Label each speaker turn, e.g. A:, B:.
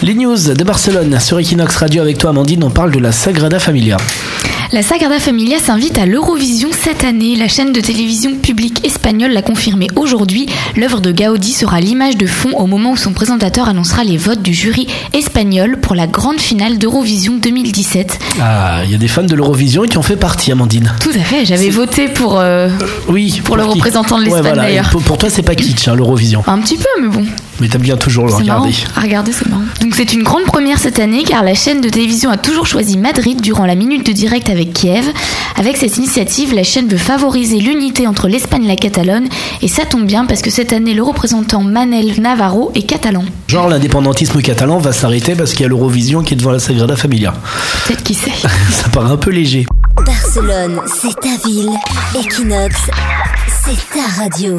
A: Les news de Barcelone sur Equinox Radio avec toi Amandine, on parle de la Sagrada Familia.
B: La Sagrada Familia s'invite à l'Eurovision cette année. La chaîne de télévision publique espagnole l'a confirmé aujourd'hui. L'œuvre de Gaudi sera l'image de fond au moment où son présentateur annoncera les votes du jury espagnol pour la grande finale d'Eurovision 2017.
A: Ah, il y a des fans de l'Eurovision qui ont fait partie Amandine.
B: Tout à fait, j'avais voté pour, euh,
A: Oui,
B: pour le
A: qui
B: représentant de
A: Ouais,
B: l'Espagne
A: voilà. Et
B: d'ailleurs.
A: Pour, pour toi c'est pas kitsch hein, l'Eurovision,
B: Un petit peu, mais bon.
A: mais t'aimes bien toujours le
B: C'est marrant.
A: regarder.
B: À regarder, c'est marrant. Donc c'est une grande première cette année car la chaîne de télévision a toujours choisi Madrid durant la minute de direct avec Kiev. Avec cette initiative, la chaîne veut favoriser l'unité entre l'Espagne et la Catalogne et ça tombe bien parce que cette année le représentant Manel Navarro est catalan.
A: Genre l'indépendantisme catalan va s'arrêter parce qu'il y a l'Eurovision qui est devant la Sagrada Familia.
B: Peut-être qui sait.
A: Ça part un peu léger.
C: Barcelone, c'est ta ville. Equinox, c'est ta radio.